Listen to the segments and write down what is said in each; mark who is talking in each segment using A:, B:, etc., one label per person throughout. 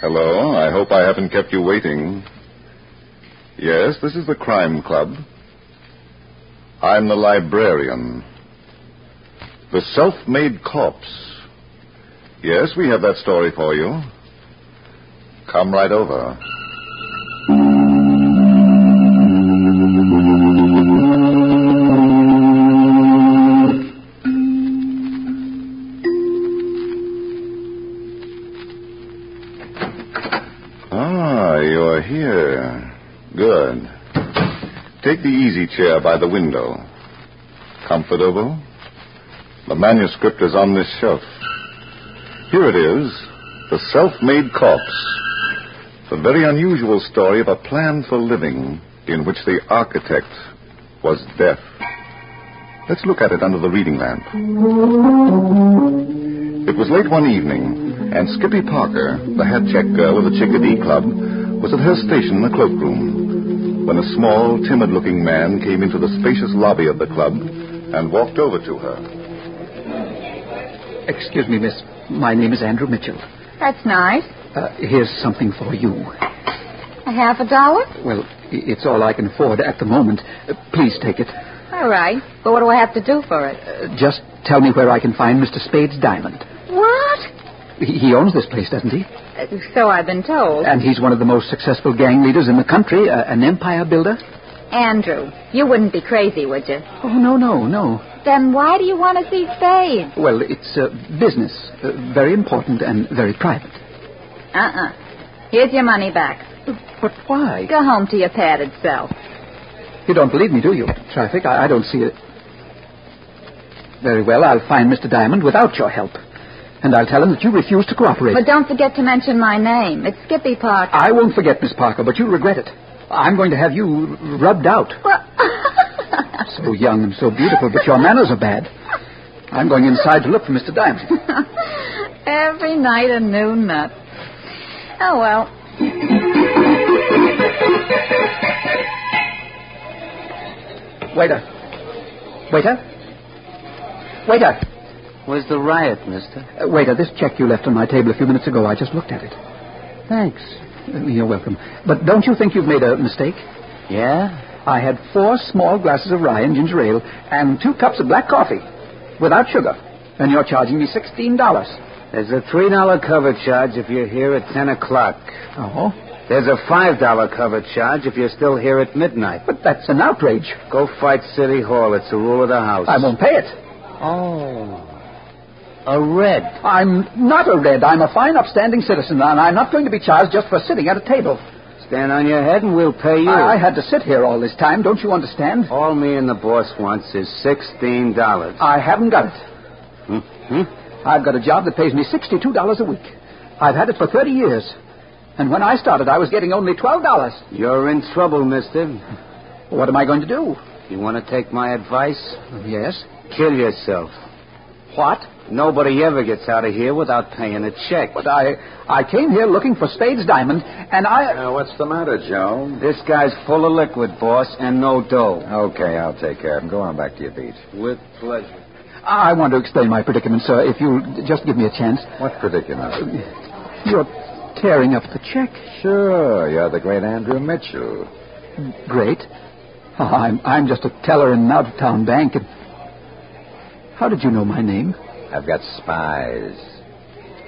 A: Hello. I hope I haven't kept you waiting. Yes, this is the Crime Club. I'm the librarian. The self made corpse. Yes, we have that story for you. Come right over. Ah, you're here. Good. Take the easy chair by the window. Comfortable? The manuscript is on this shelf. Here it is The Self Made Corpse. The very unusual story of a plan for living in which the architect was death. Let's look at it under the reading lamp. It was late one evening, and Skippy Parker, the hat check girl of the Chickadee Club, was at her station in the cloakroom when a small, timid looking man came into the spacious lobby of the club and walked over to her.
B: Excuse me, miss. My name is Andrew Mitchell.
C: That's nice.
B: Uh, here's something for you.
C: A half a dollar?
B: Well, i- it's all I can afford at the moment. Uh, please take it.
C: All right. But what do I have to do for it?
B: Uh, just tell me where I can find Mr. Spade's diamond.
C: What?
B: He, he owns this place, doesn't he?
C: Uh, So I've been told.
B: And he's one of the most successful gang leaders in the country, uh, an empire builder.
C: Andrew, you wouldn't be crazy, would you?
B: Oh, no, no, no.
C: Then why do you want to see Spade?
B: Well, it's uh, business, uh, very important and very private.
C: Uh-uh. Here's your money back.
B: Uh, But why?
C: Go home to your padded cell.
B: You don't believe me, do you? Traffic, I, I don't see it. Very well, I'll find Mr. Diamond without your help. And I'll tell him that you refuse to cooperate.
C: But don't forget to mention my name. It's Skippy Parker.
B: I won't forget, Miss Parker, but you'll regret it. I'm going to have you r- rubbed out. so young and so beautiful, but your manners are bad. I'm going inside to look for Mr. Diamond.
C: Every night a new nut. Oh, well.
B: Waiter. Waiter. Waiter.
D: Was the riot, mister?
B: Uh, waiter, this check you left on my table a few minutes ago, I just looked at it.
D: Thanks.
B: Uh, You're welcome. But don't you think you've made a mistake?
D: Yeah?
B: I had four small glasses of rye and ginger ale and two cups of black coffee without sugar. And you're charging me $16.
D: There's a $3 cover charge if you're here at 10 o'clock.
B: Oh?
D: There's a $5 cover charge if you're still here at midnight.
B: But that's an outrage.
D: Go fight City Hall. It's the rule of the house.
B: I won't pay it.
D: Oh. A red.
B: I'm not a red. I'm a fine, upstanding citizen, and I'm not going to be charged just for sitting at a table.
D: Stand on your head and we'll pay you. Oh.
B: I, I had to sit here all this time, don't you understand?
D: All me and the boss wants is $16.
B: I haven't got it.
D: Hmm?
B: I've got a job that pays me $62 a week. I've had it for 30 years. And when I started, I was getting only $12.
D: You're in trouble, mister.
B: What am I going to do?
D: You want to take my advice?
B: Yes.
D: Kill yourself.
B: What?
D: Nobody ever gets out of here without paying a check.
B: But I, I came here looking for Spade's diamond, and I.
A: Now, Uh, what's the matter, Joe?
D: This guy's full of liquid, boss, and no dough.
A: Okay, I'll take care of him. Go on back to your beat.
D: With pleasure.
B: I want to explain my predicament, sir. If you'll just give me a chance,
A: What predicament?
B: you're tearing up the check.
A: Sure, you're the great Andrew Mitchell.
B: Great. Oh, I'm I'm just a teller in an out of town bank. And how did you know my name?
A: I've got spies.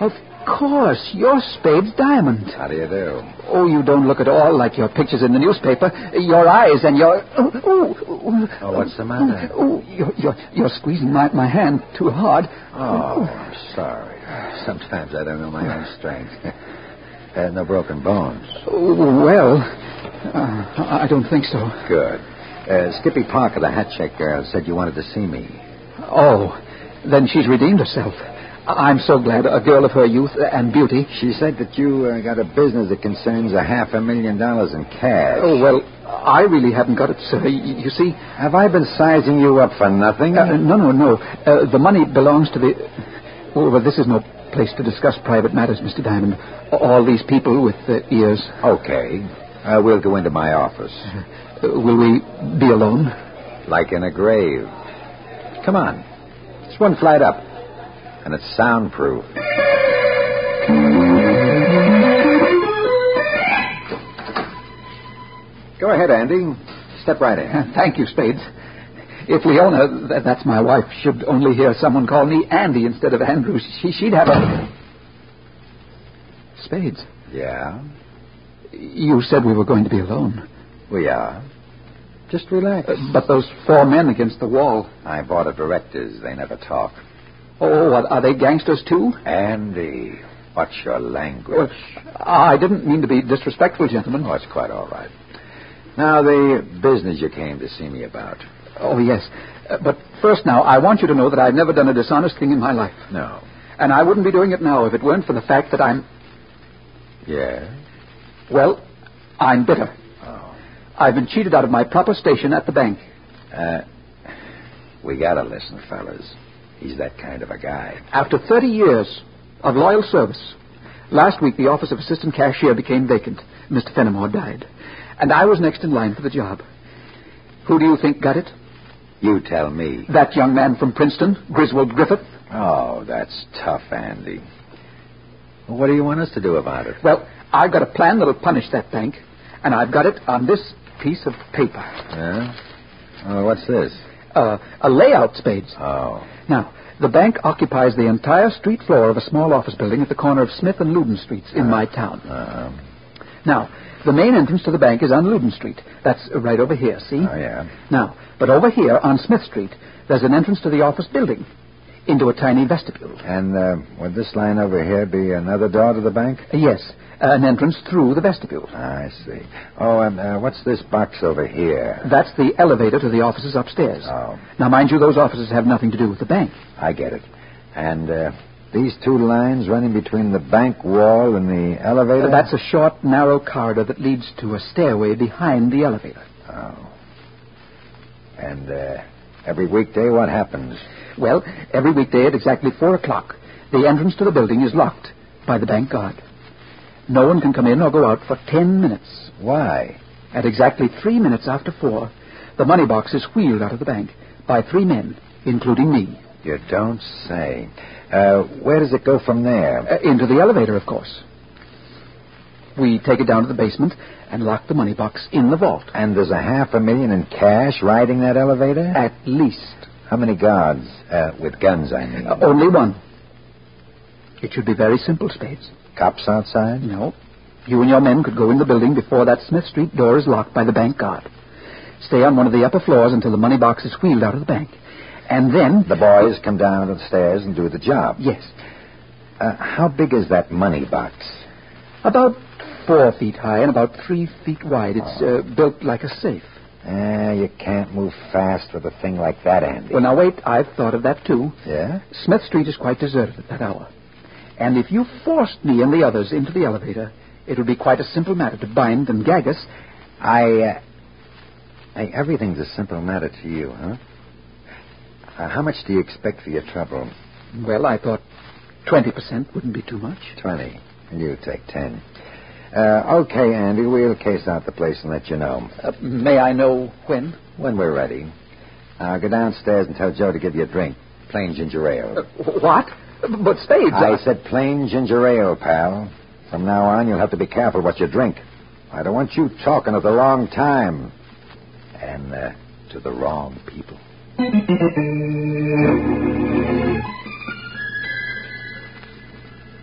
B: Of course, you're Spade's diamond.
A: How do you do?
B: Oh, you don't look at all like your pictures in the newspaper. Your eyes and your oh, oh, oh,
A: Oh, what's the matter?
B: Oh, you're, you're, you're squeezing my, my hand too hard.
A: Oh, I'm sorry. Sometimes I don't know my own strength. Had no broken bones.
B: Oh, well, uh, I don't think so.
A: Good. Uh, Skippy Parker, the hat check girl, said you wanted to see me.
B: Oh, then she's redeemed herself. I- I'm so glad a girl of her youth and beauty.
A: She said that you uh, got a business that concerns a half a million dollars in cash.
B: Oh, well, I really haven't got it, sir. Y- You see,
A: Have I been sizing you up for nothing?
B: uh, no, no, no. Uh, the money belongs to the. Oh, well, this is no place to discuss private matters, Mr. Diamond. All these people with uh, ears.
A: okay. Uh, we'll go into my office.
B: Uh, will we be alone?
A: Like in a grave. Come on. It's one flight up. And it's soundproof.
D: Go ahead, Andy. Step right in.
B: Thank you, Spades. If Leona, th- that's my wife, should only hear someone call me Andy instead of Andrew, she, she'd have a. Spades,
D: Yeah,
B: you said we were going to be alone.
D: we are. Just relax.
B: Uh, but those four men against the wall.
D: I board of directors. They never talk.
B: Oh, what, are they gangsters too?
D: Andy, what's your language?
B: I didn't mean to be disrespectful, gentlemen.
D: Oh, it's quite all right. Now, the business you came to see me about.
B: Oh, yes. Uh, but first, now, I want you to know that I've never done a dishonest thing in my life.
D: No.
B: And I wouldn't be doing it now if it weren't for the fact that I'm,
D: Yeah?
B: well, I'm bitter.
D: Oh.
B: I've been cheated out of my proper station at the bank.
D: Uh, we gotta listen, fellas. He's that kind of a guy.
B: After 30 years of loyal service, last week the office of assistant cashier became vacant. Mr. Fenimore died. And I was next in line for the job. Who do you think got it?
D: You tell me.
B: That young man from Princeton, Griswold Griffith?
D: Oh, that's tough, Andy. Well, what do you want us to do about it?
B: Well, I've got a plan that'll punish that bank, and I've got it on this piece of paper.
D: Huh? Oh, what's this?
B: Uh, a layout, Spades.
D: Oh.
B: Now, the bank occupies the entire street floor of a small office building at the corner of Smith and Luden Streets in my town.
D: Uh,
B: Now, the main entrance to the bank is on Luden Street. That's right over here, see?
D: oh, yeah.
B: Now, but over here on Smith Street, there's an entrance to the office building into a tiny vestibule.
D: And uh, would this line over here be another door to the bank?
B: Yes, an entrance through the vestibule.
D: I see. Oh, and uh, what's this box over here?
B: That's the elevator to the offices upstairs.
A: Uh-huh.
D: Oh,
B: Now, mind you, those offices have nothing to do with the bank.
D: I get it. And uh, these two lines running between the bank wall and the
A: Uh-huh.
D: elevator?
B: Uh, That's a short, narrow corridor that leads to a stairway behind the elevator.
D: Oh. And uh, every weekday, what happens?
B: Well, every weekday at exactly four o'clock, the entrance to the building is locked by the bank guard. No one can come in or go out for ten minutes.
D: Why?
B: At exactly three minutes after four, the money box is wheeled out of the bank by three men, including me,
D: You don't say. Uh, where does it go from there?
B: uh, into the elevator, of course. We take it down to the basement and lock the money box in the vault.
D: And there's a half a million in cash riding that elevator?
B: At least
D: How many guards? Uh, with guns, I mean.
B: Uh, only one. It should be very simple, Spades.
D: Cops outside?
B: No. You and your men could go in the building before that Smith Street door is locked by the bank guard. Stay on one of the upper floors until the money box is wheeled out of the bank. And then.
D: The boys come down to the stairs and do the job.
B: Yes.
D: Uh, how big is that money box?
B: About four feet high and about three feet wide. It's uh, built like a safe.
D: Uh, you can't move fast with a thing like that, Andy.
B: Well, now, wait. I've thought of that, too.
D: Yeah?
B: Smith Street is quite deserted at that hour. And if you forced me and the others into the elevator, it would be quite a simple matter to bind and gag us
D: I, uh... Hey, everything's a simple matter to you, huh? Uh, how much do you expect for your trouble?
B: Well, I thought 20% wouldn't be too much.
D: Twenty. You take ten. Uh, okay, Andy, we'll case out the place and let you know.
B: Uh, may I know when?
D: When we're ready. Uh, go downstairs and tell Joe to give you a drink. Plain ginger ale.
B: Uh, what? But Spades.
D: I
B: I-
D: said plain ginger ale, pal. From now on, you'll have to be careful what you drink. I don't want you talking at the wrong time. And uh, to the wrong people.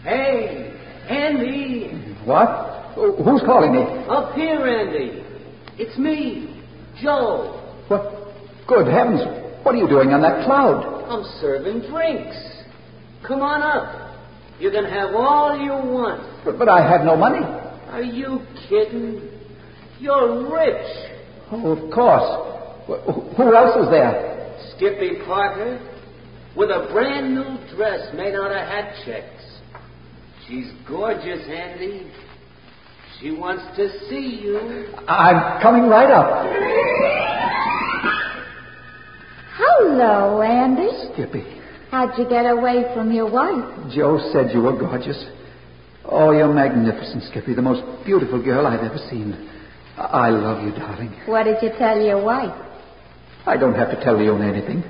E: Hey, Andy!
B: What? Uh, Who's calling me?
E: Up here, Andy! It's me, Joe.
B: What? Good heavens. What are you doing on that cloud?
E: I'm serving drinks. Come on up. You can have all you want.
B: But, but I have no money.
E: Are you kidding? You're rich.
B: Oh, of course. Wh- wh- Who else is there?
E: Skippy Parker, with a brand new dress made out of hat checks. She's gorgeous, Andy. She wants to see you.
B: I'm coming right up.
C: Hello, Andy.
B: Skippy,
C: How'd you get away from your wife?
B: Joe said you were gorgeous. Oh, you're magnificent, Skippy. The most beautiful girl I've ever seen. I I love you, darling.
C: What did you tell your wife?
B: I don't have to tell Leona anything.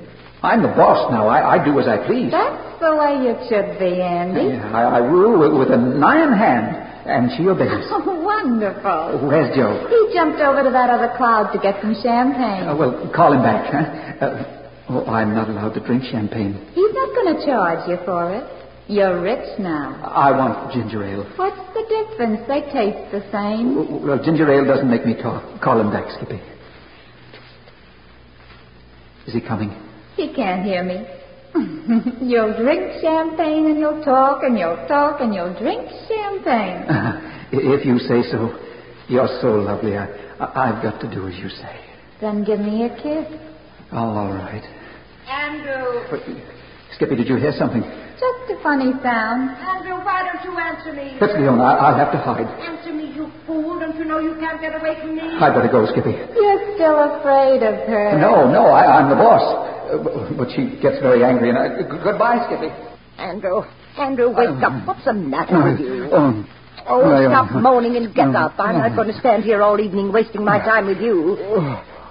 B: I'm the boss now. I, I do as I please.
C: That's the way it should be, Andy.
B: Yeah, I, I rule with, with an iron hand. And she obeys.
C: Oh, wonderful.
B: Where's Joe?
C: He jumped over to that other cloud to get some champagne.
B: Uh, well, call him back, huh? Uh, oh, I'm not allowed to drink champagne.
C: He's not going to charge you for it. You're rich now.
B: I want ginger ale.
C: What's the difference? They taste the same.
B: W- Well, ginger ale doesn't make me talk. Call him back, Skippy. Is he coming?
C: He can't hear me. you'll drink champagne and you'll talk and you'll talk and you'll drink champagne.
B: if you say so. You're so lovely. I, I- I've got to do as you say.
C: Then give me a kiss.
B: Oh, all right.
F: Andrew,
B: But, Skippy, did you hear something?
C: Just a funny sound.
F: Andrew, why don't you answer me?
B: Let's Leona. I, I'll have to hide.
F: Answer me, you fool. Don't you know you can't get away from me?
B: I better go, Skippy.
C: You're still afraid of her.
B: No, no, I, I'm the boss. Uh, bu- but she gets very angry, and I, g- goodbye, Skippy.
G: Andrew, Andrew, wake up. What's the matter with you?
B: Um,
G: Oh,
B: I, uh, um,
G: stop moaning and get up. I'm not going to stand here all evening wasting
B: uh,
G: my time with you.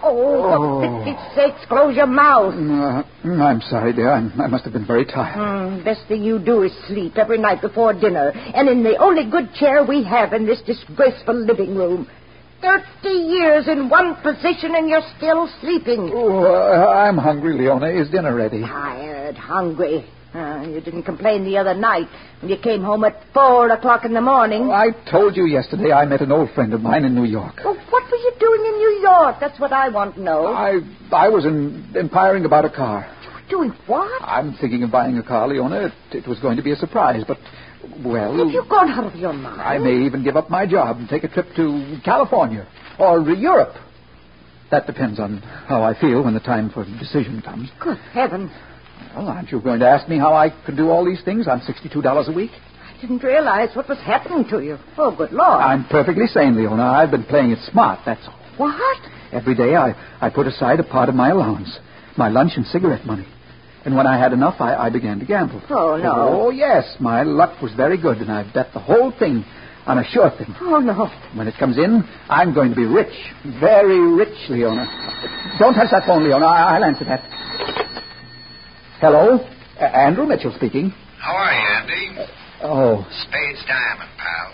G: Oh, for pity's sakes, close your mouth.
B: uh, I'm sorry, dear. I'm, I must have been very tired.
G: Mm, best thing you do is sleep every night before dinner, and in the only good chair we have in this disgraceful living room. Thirty years in one position, and you're still sleeping.
B: Oh, uh, I'm hungry, Leona. Is dinner ready?
G: Tired, hungry. Ah, you didn't complain the other night when you came home at four o'clock in the morning.
B: I told you yesterday I met an old friend of mine in New York.
G: Well, what were you doing in New York? That's what I want to know.
B: I I was in, inquiring about a car.
G: Doing what?
B: I'm thinking of buying a car, Leona. It, it was going to be a surprise, but well,
G: Have you gone out of your mind?
B: I may even give up my job and take a trip to California or Europe. That depends on how I feel when the time for decision comes.
G: Good heavens.
B: Well, aren't you going to ask me how I could do all these things on sixty-two dollars a week?
G: I didn't realize what was happening to you. Oh, good Lord.
B: I'm perfectly sane, Leona. I've been playing it smart. That's all.
G: What?
B: Every day I, I put aside a part of my allowance, my lunch and cigarette money. And when I had enough, I, I began to gamble.
G: Oh, no.
B: Oh, yes. My luck was very good, and I bet the whole thing on a sure thing.
G: Oh, no.
B: When it comes in, I'm going to be rich. Very rich, Leona. Don't touch that phone, Leona. I- I'll answer that. Hello? A- Andrew Mitchell speaking.
H: How are you, Andy?
B: Oh,
H: Spade's Diamond, pal.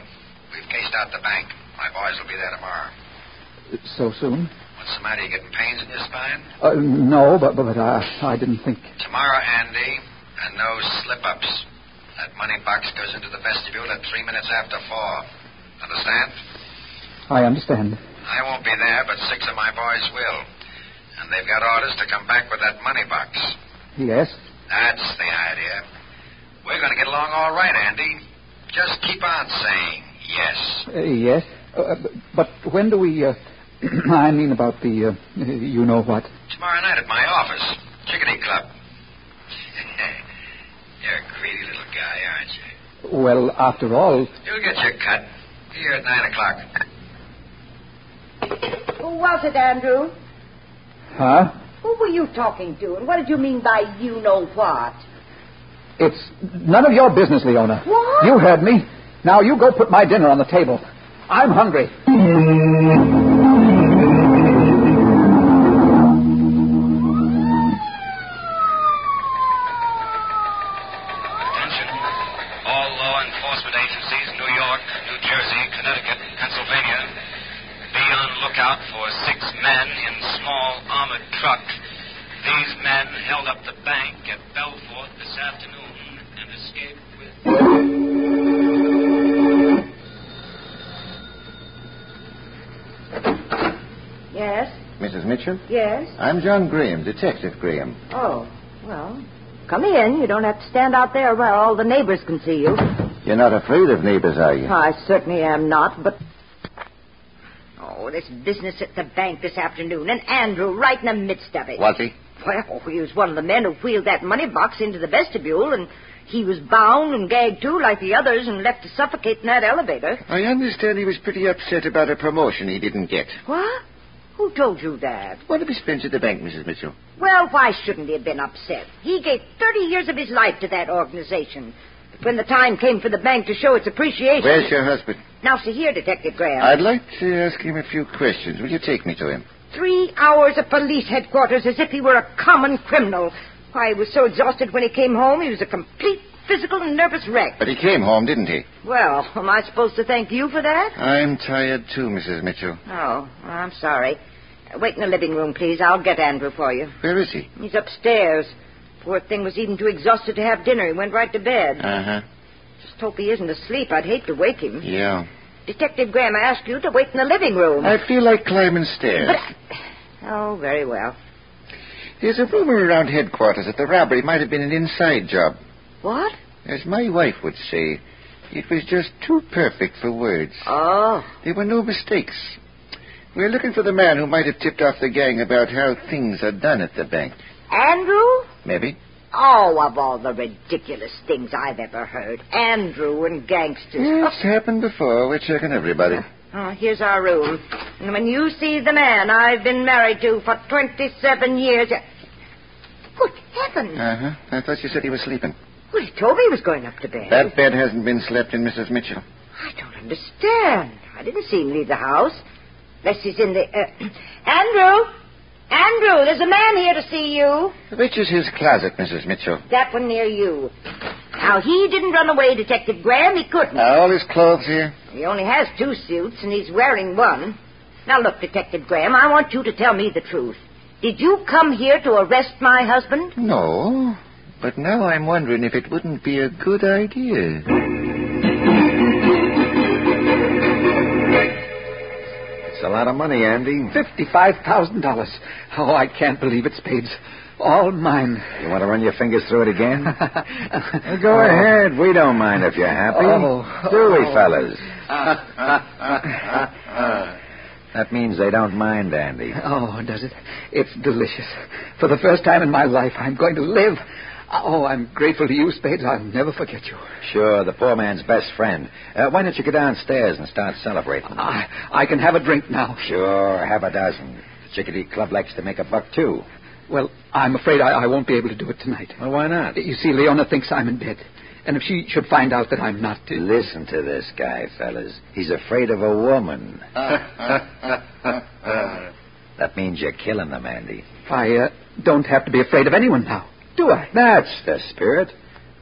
H: We've cased out the bank. My boys will be there tomorrow.
B: so soon?
H: What's the matter? You getting pains in your spine?
B: Uh, no, but, but, but I, I didn't think.
H: Tomorrow, Andy, and no slip ups. That money box goes into the vestibule at three minutes after four. Understand?
B: I understand.
H: I won't be there, but six of my boys will. And they've got orders to come back with that money box.
B: Yes?
H: That's the idea. We're going to get along all right, Andy. Just keep on saying yes.
B: Uh, yes. Uh, b- but when do we. Uh, I mean, about the. Uh, you know what?
H: Tomorrow night at my office, Chickadee Club. You're a greedy little guy, aren't you?
B: Well, after all.
H: You'll get your cut. Be here at 9 o'clock.
G: Who was it, Andrew?
B: Huh?
G: Who were you talking to, and what did you mean by you know what?
B: It's none of your business, Leona.
G: What?
B: You heard me. Now you go put my dinner on the table. I'm hungry.
H: Attention. All law enforcement agencies, New York, New Jersey, Connecticut, Pennsylvania, be on lookout for six men in small armored truck. These men held up the bank at Belfort this afternoon and escaped with.
G: Yes,
D: Mrs. Mitchell?
G: yes.
D: I'm John Graham, Detective Graham.
G: Oh, well, come in. You don't have to stand out there where all the neighbors can see you.
D: You're not afraid of neighbors, are you?
G: I certainly am not, but. Oh, this business at the bank this afternoon, and Andrew right in the midst of it.
D: Was he?
G: Well, he was one of the men who wheeled that money box into the vestibule, and he was bound and gagged too, like the others, and left to suffocate in that elevator.
D: I understand he was pretty upset about a promotion he didn't get.
G: What? Who told you that?
D: What have he spent at the bank, Mrs. Mitchell?
G: Well, why shouldn't he have been upset? He gave 30 years of his life to that organization. But when the time came for the bank to show its appreciation.
D: Where's your husband?
G: Now, see here, Detective Graham.
D: I'd like to ask him a few questions. Will you take me to him?
G: Three hours at police headquarters as if he were a common criminal. Why, he was so exhausted when he came home, he was a complete physical and nervous wreck.
A: But he came home, didn't he?
G: Well, am I supposed to thank you for that?
A: I'm tired too, Mrs. Mitchell.
G: Oh, I'm sorry. Uh, Wait in the living room, please. I'll get Andrew for you.
A: Where is he?
G: He's upstairs. Poor thing was even too exhausted to have dinner. He went right to bed.
A: Uh huh.
G: Just hope he isn't asleep. I'd hate to wake him.
A: Yeah.
G: Detective Graham asked you to wait in the living room.
A: I feel like climbing stairs.
G: But I... Oh, very well.
A: There's a rumor around headquarters that the robbery might have been an inside job.
G: What?
A: As my wife would say, it was just too perfect for words.
G: Oh,
A: There were no mistakes. We're looking for the man who might have tipped off the gang about how things are done at the bank.
G: Andrew?
A: Maybe.
G: Oh, of all the ridiculous things I've ever heard. Andrew and gangsters.
A: It's happened before. We're checking everybody.
G: Oh, here's our room. And when you see the man I've been married to for 27 years. you- Good heavens.
A: Uh huh. I thought you said he was sleeping.
G: Well, he told me he was going up to bed.
A: That bed hasn't been slept in, Mrs. Mitchell.
G: I don't understand. I didn't see him leave the house. Unless he's in the. Uh... Andrew! Andrew, there's a man here to see you.
A: Which is his closet, Mrs. Mitchell?
G: That one near you. Now, he didn't run away, Detective Graham. He couldn't.
A: Are all his clothes here?
G: He only has two suits, and he's wearing one. Now, look, Detective Graham, I want you to tell me the truth. Did you come here to arrest my husband?
A: No. But now I'm wondering if it wouldn't be a good idea.
D: It's a lot of money, Andy.
B: $55,000. Oh, I can't believe it, Spades. All mine.
D: You want to run your fingers through it again? Well, Go
B: Oh.
D: ahead. We don't mind if you're happy.
B: Oh.
D: Do we, fellas?
A: Uh,
D: That means they don't mind, Andy.
B: Oh, does it? It's delicious. For the first time in my life, I'm going to live. Oh, I'm grateful to you, Spades. I'll never forget you.
D: Sure, the poor man's best friend. Uh, why don't you go downstairs and start celebrating?
B: I, Ah, I can have a drink now.
D: Sure, have a dozen. The Chickadee Club likes to make a buck, too.
B: Well, I'm afraid I, I won't be able to do it tonight.
D: Well, why not?
B: You see, Leona thinks I'm in bed. And if she should find out that I'm not. uh,
D: Listen to this guy, fellas. He's afraid of a woman. that means you're killing them, Andy.
B: I uh, don't have to be afraid of anyone now, do I?
D: That's the spirit.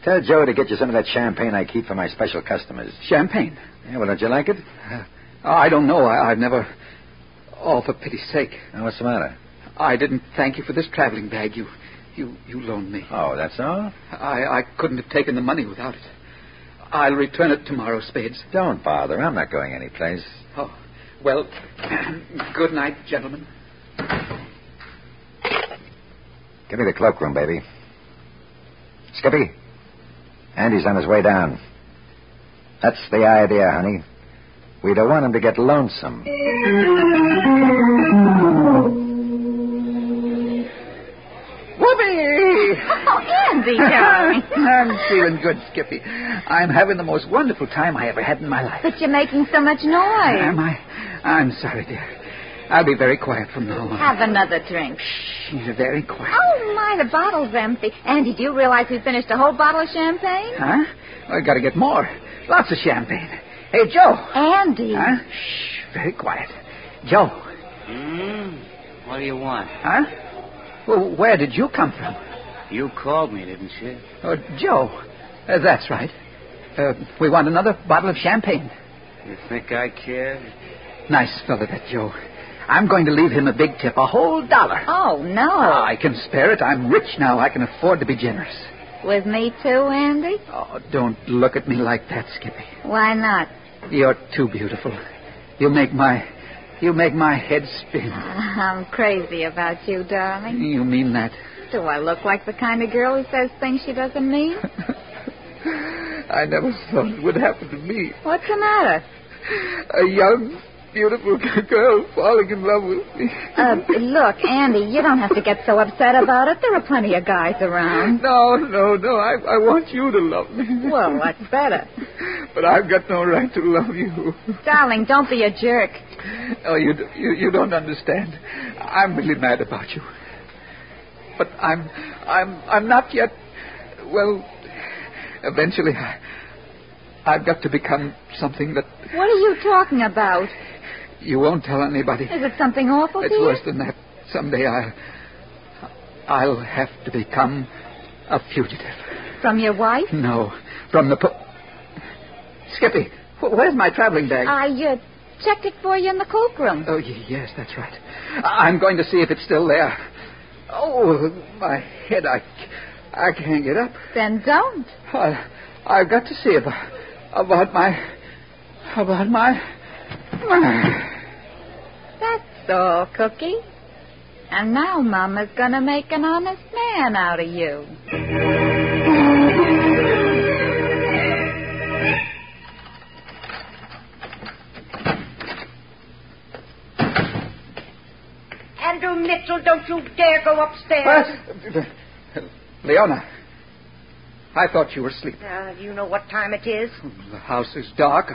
D: Tell Joe to get you some of that champagne I keep for my special customers.
B: Champagne. Uh,
D: Yeah, well, don't you like it?
B: I don't know. I, I've never. Oh, for pity's sake.
D: Now, what's the matter?
B: I didn't thank you for this traveling bag you, you, you loaned me.
D: Oh, that's all?
B: I, I couldn't have taken the money without it. I'll return it tomorrow, Spades.
D: Don't bother. I'm not going anyplace.
B: Oh, well, good night, gentlemen.
D: Give me the cloakroom, baby. Skippy, Andy's on his way down. That's the idea, honey. We don't want him to get lonesome.
B: Whoopee!
C: Oh, Andy, darling.
B: I'm feeling good, Skippy. I'm having the most wonderful time I ever had in my life.
C: But you're making so much noise.
B: Am I? I'm sorry, dear. I'll be very quiet from now on.
C: Have another drink.
B: She's very quiet.
C: Oh, my, the bottle's empty. Andy, do you realize we finished a whole bottle of champagne?
B: Huh? I've got to get more. Lots of champagne. Hey, Joe.
C: Andy.
B: Huh? Shh, very quiet. Joe.
E: Hmm? What do you want?
B: Huh? Well, where did you come from?
E: You called me, didn't you?
B: Oh, Joe. Uh, that's right. Uh, we want another bottle of champagne.
E: You think I care?
B: Nice fellow, that Joe. I'm going to leave him a big tip, a whole dollar.
C: Oh, no.
B: Ah, I can spare it. I'm rich now. I can afford to be generous.
C: With me, too, Andy?
B: Oh, don't look at me like that, Skippy.
C: Why not?
B: You're too beautiful. You make my you make my head spin.
C: I'm crazy about you, darling.
B: You mean that?
C: Do I look like the kind of girl who says things she doesn't mean?
B: I never thought it would happen to me.
C: What's the matter?
B: A young, beautiful girl falling in love with me.
C: Uh, look, Andy, you don't have to get so upset about it. There are plenty of guys around.
B: No, no, no. I, I want you to love me.
C: Well, that's better.
B: But I've got no right to love you.
C: Darling, don't be a jerk.
B: Oh, you, d- you, you don't understand. I'm really mad about you. But I'm, I'm, I'm not yet. Well, eventually, I, I've got to become something that
C: What are you talking about?
B: you won't tell anybody.
C: Is it something awful
B: It's
C: to you?
B: worse than that. Someday I, I'll have to become a fugitive.
C: From your wife?
B: No, from the. Po- Skippy, wh- where's my traveling bag?
C: I uh, checked it for you in the cloak room.
B: Oh, y- yes, that's right. I- I'm going to see if it's still there. Oh, my head. I, c- I can't get up.
C: Then don't.
B: I, I've got to see about, about my. About my.
C: That's all, Cookie. And now Mama's going to make an honest man out of you.
G: Andrew Mitchell, don't you dare go upstairs.
B: What? Leona, I thought you were asleep.
G: Ah, you know what time it is.
B: The house is dark.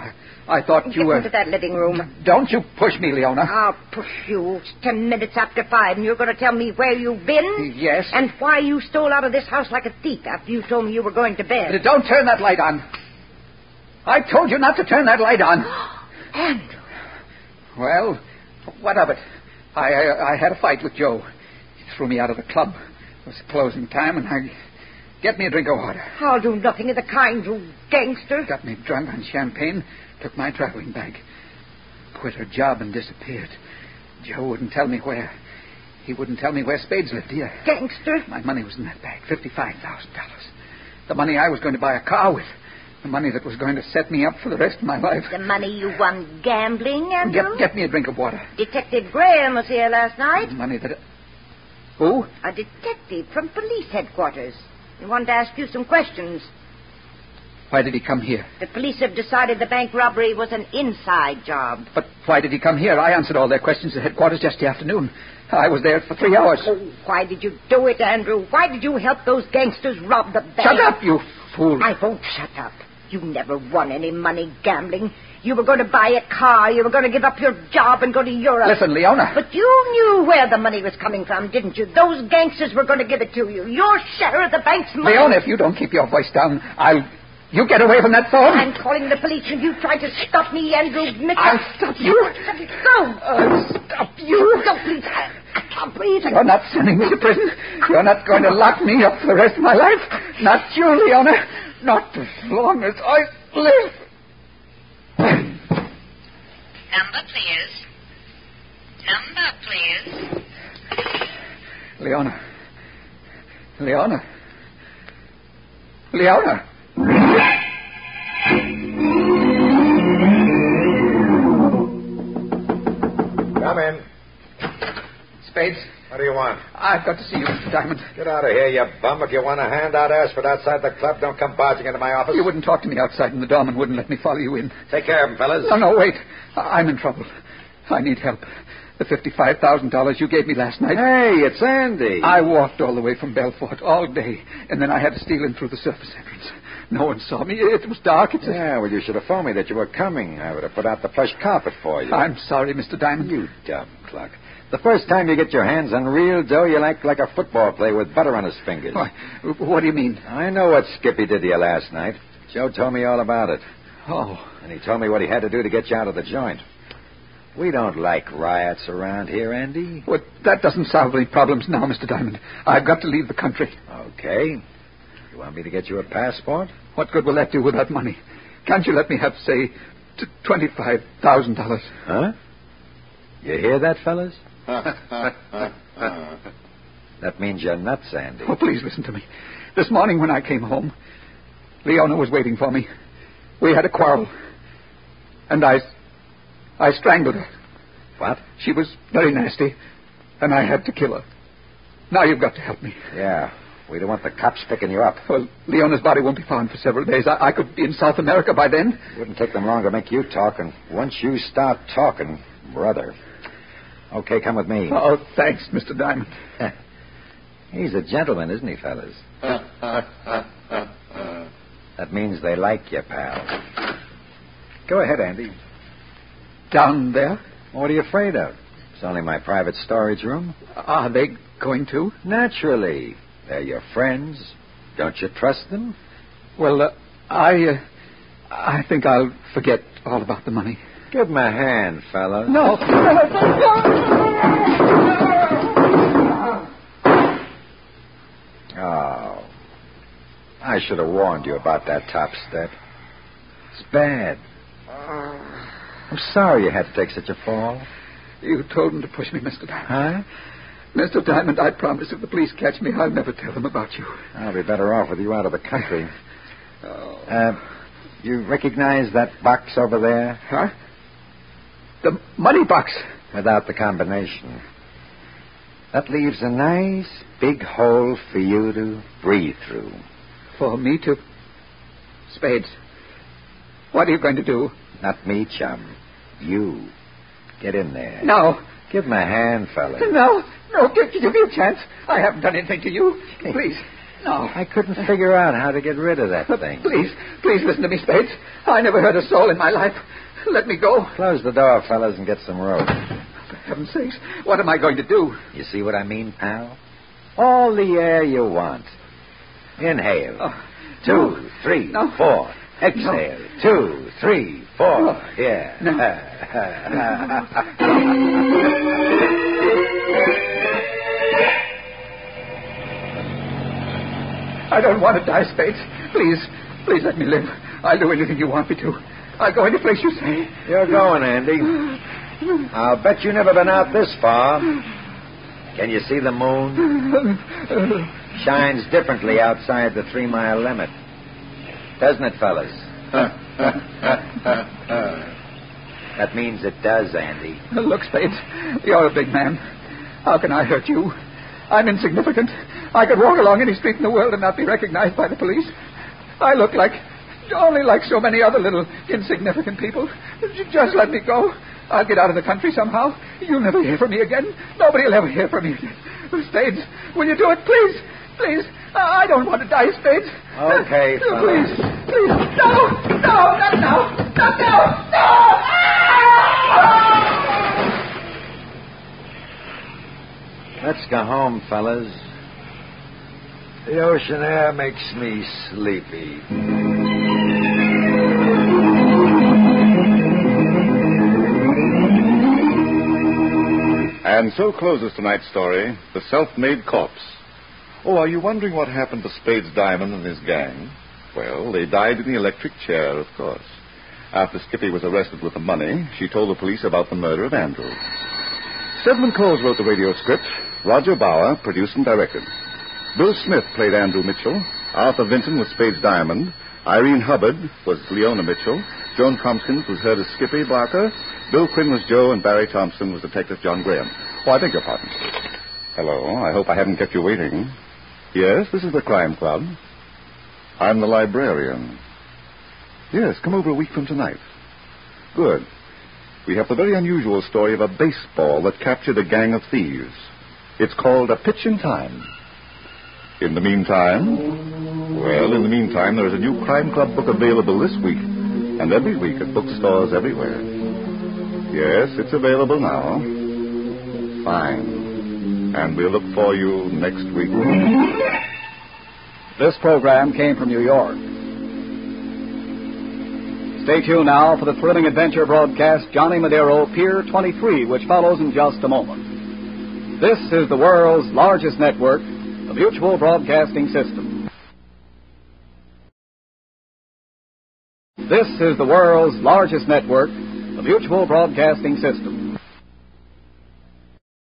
B: I, I thought
G: Get
B: you were.
G: into that living room. Ah.
B: Don't you push me, Leona.
G: I'll push you. It's ten minutes after five, and you're going to tell me where you've been?
B: Yes.
G: And why you stole out of this house like a thief after you told me you were going to bed.
B: Don't turn that light on. I told you not to turn that light on.
G: Andrew.
B: Well, what of it? I, I, I had a fight with Joe. He threw me out of the club. It was closing time, and I. Get me a drink of water.
G: I'll do nothing of the kind, you gangster.
B: Got me drunk on champagne, took my traveling bag, quit her job, and disappeared. Joe wouldn't tell me where. He wouldn't tell me where Spades lived uh, either.
G: Gangster.
B: My money was in that bag $55,000. The money I was going to buy a car with. The money that was going to set me up for the rest of my life.
G: The money you won gambling,
B: Get,
G: Andrew?
B: get me a drink of water.
G: Detective Graham was here last night.
B: Money that. Who?
G: A detective from police headquarters. He wanted to ask you some questions.
B: Why did he come here?
G: The police have decided the bank robbery was an inside job.
B: But why did he come here? I answered all their questions at headquarters just the afternoon. I was there for three hours.
G: Oh, why did you do it, Andrew? Why did you help those gangsters rob the bank?
B: Shut up, you fool.
G: I won't shut up. You never won any money gambling. You were going to buy a car. You were going to give up your job and go to Europe.
B: Listen, Leona.
G: But you knew where the money was coming from, didn't you? Those gangsters were going to give it to you. Your share of the bank's money.
B: Leona, if you don't keep your voice down, I'll. You get away from that phone.
G: I'm calling the police, and you try to stop me, Andrew Mitchell.
B: I'll stop you.
G: Stop it. Go.
B: I'll Oh, stop you.
G: Go, please. I, I can't breathe.
B: You're not sending me to prison. You're not going to lock me up for the rest of my life. Not you, Leona. Not as long as I live.
I: Number, please. Number, please.
B: Leona. Leona. Leona.
D: Come in.
B: Spades,
D: What do you want?
B: I've got to see you, Mr. Diamond.
D: Get out of here, you bum. If you want a handout, ask for it outside the club. Don't come barging into my office.
B: You wouldn't talk to me outside, and the doorman wouldn't let me follow you in.
D: Take care of him, fellas.
B: No, no, wait. I- I'm in trouble. I need help. The $55,000 you gave me last night.
D: Hey, it's Andy.
B: I walked all the way from Belfort all day, and then I had to steal in through the surface entrance. No one saw me. It was dark. It's a...
D: Yeah, well, you should have phoned me that you were coming. I would have put out the plush carpet for you.
B: I'm sorry, Mr. Diamond.
D: You dumb cluck. The first time you get your hands on real dough, you'll act like a football player with butter on his fingers.
B: Why, what do you mean?
D: I know what Skippy did to you last night. Joe told me all about it,
B: Oh,
D: and he told me what he had to do to get you out of the joint. We don't like riots around here, Andy.
B: well, that doesn't solve any problems now, Mr. Diamond. I've got to leave the country.
D: Okay. You want me to get you a passport?
B: What good will that do without money? Can't you let me have, say, t- $25,000?
D: Huh? You hear that, fellas? That means you're nuts, Andy.
B: Oh, please listen to me. This morning when I came home, Leona was waiting for me. We had a quarrel. And I, I strangled her.
D: What?
B: She was very nasty, and I had to kill her. Now you've got to help me.
D: Yeah. We don't want the cops picking you up.
B: Well, Leona's body won't be found for several days. I, I could be in South America by then.
D: Wouldn't take them long to make you talk, and once you start talking, brother. Okay, come with me.
B: Oh, thanks, Mr. Diamond.
D: He's a gentleman, isn't he, fellas? That means they like you, pal. Go ahead, Andy.
B: Down there?
D: What are you afraid of? It's only my private storage room.
B: Are they going to?
D: Naturally. They're your friends. Don't you trust them?
B: Well, uh, I, uh, I think I'll forget all about the money.
D: Give them a hand, fella.
B: No.
D: Oh. I should have warned you about that top step. It's bad.
B: Oh.
D: I'm sorry you had to take such a fall.
B: You told him to push me, Mr. Diamond.
D: Huh?
B: Mr. Diamond, I promise if the police catch me, I'll never tell them about you.
D: I'll be better off with you out of the country.
B: Oh.
D: Uh, you recognize that box over there?
B: Huh? The money box.
D: Without the combination. That leaves a nice big hole for you to breathe through.
B: For me to. Spades. What are you going to do?
D: Not me, chum. You. Get in there.
B: No.
D: Give him a hand, fella.
B: No. No. Give, give me a chance. I haven't done anything to you. Please. No.
D: I couldn't figure out how to get rid of that thing.
B: Please. Please listen to me, Spades. I never heard a soul in my life. Let me go.
D: Close the door, fellas, and get some rope.
B: For heaven's sakes. What am I going to do?
D: You see what I mean, pal? All the air you want. Inhale.
B: Oh,
D: Two, three,
B: No.
D: four. Exhale. Two, three, four. Yeah.
B: No. I don't want to die, Spades. Please. Please let me live. I'll do anything you want me to. I'll go any place you say.
D: You're going, Andy. I'll bet you never been out this far. Can you see the moon? Shines differently outside the three mile limit. Doesn't it, fellas? That means it does, Andy.
B: Look, Spades, you're a big man. How can I hurt you? I'm insignificant. I could walk along any street in the world and not be recognized by the police. I look like only like so many other little insignificant people. J- Just let me go. I'll get out of the country somehow. You'll never hear from me again. Nobody'll ever hear from me again. Spades, will you do it, please? Please. I I don't want to die, Spades.
D: Okay, fella.
B: Please, please. No, no, not now. Not now. No! Ah!
D: Let's go home, fellas. The ocean air makes me sleepy.
A: And so closes tonight's story, The Self-Made Corpse. Oh, are you wondering what happened to Spades Diamond and his gang? Well, they died in the electric chair, of course. After Skippy was arrested with the money, she told the police about the murder of Andrew. Stedman Coles wrote the radio script. Roger Bauer produced and directed. Bill Smith played Andrew Mitchell. Arthur Vinton was Spades Diamond. Irene Hubbard was Leona Mitchell. Joan Tompkins was heard as Skippy Barker. Bill Quinn was Joe, and Barry Thompson was Detective John Graham. Oh, I beg your pardon. Hello. I hope I haven't kept you waiting. Yes, this is the Crime Club. I'm the librarian. Yes, come over a week from tonight. Good. We have the very unusual story of a baseball that captured a gang of thieves. It's called A Pitch in Time. In the meantime, well, in the meantime, there is a new Crime Club book available this week and every week at bookstores everywhere. Yes, it's available now. Fine. And we'll look for you next week.
B: This program came from New York. Stay tuned now for the thrilling adventure broadcast Johnny Madero Pier 23, which follows in just a moment. This is the world's largest network, the Mutual Broadcasting System. This is the world's largest network, the Mutual Broadcasting System.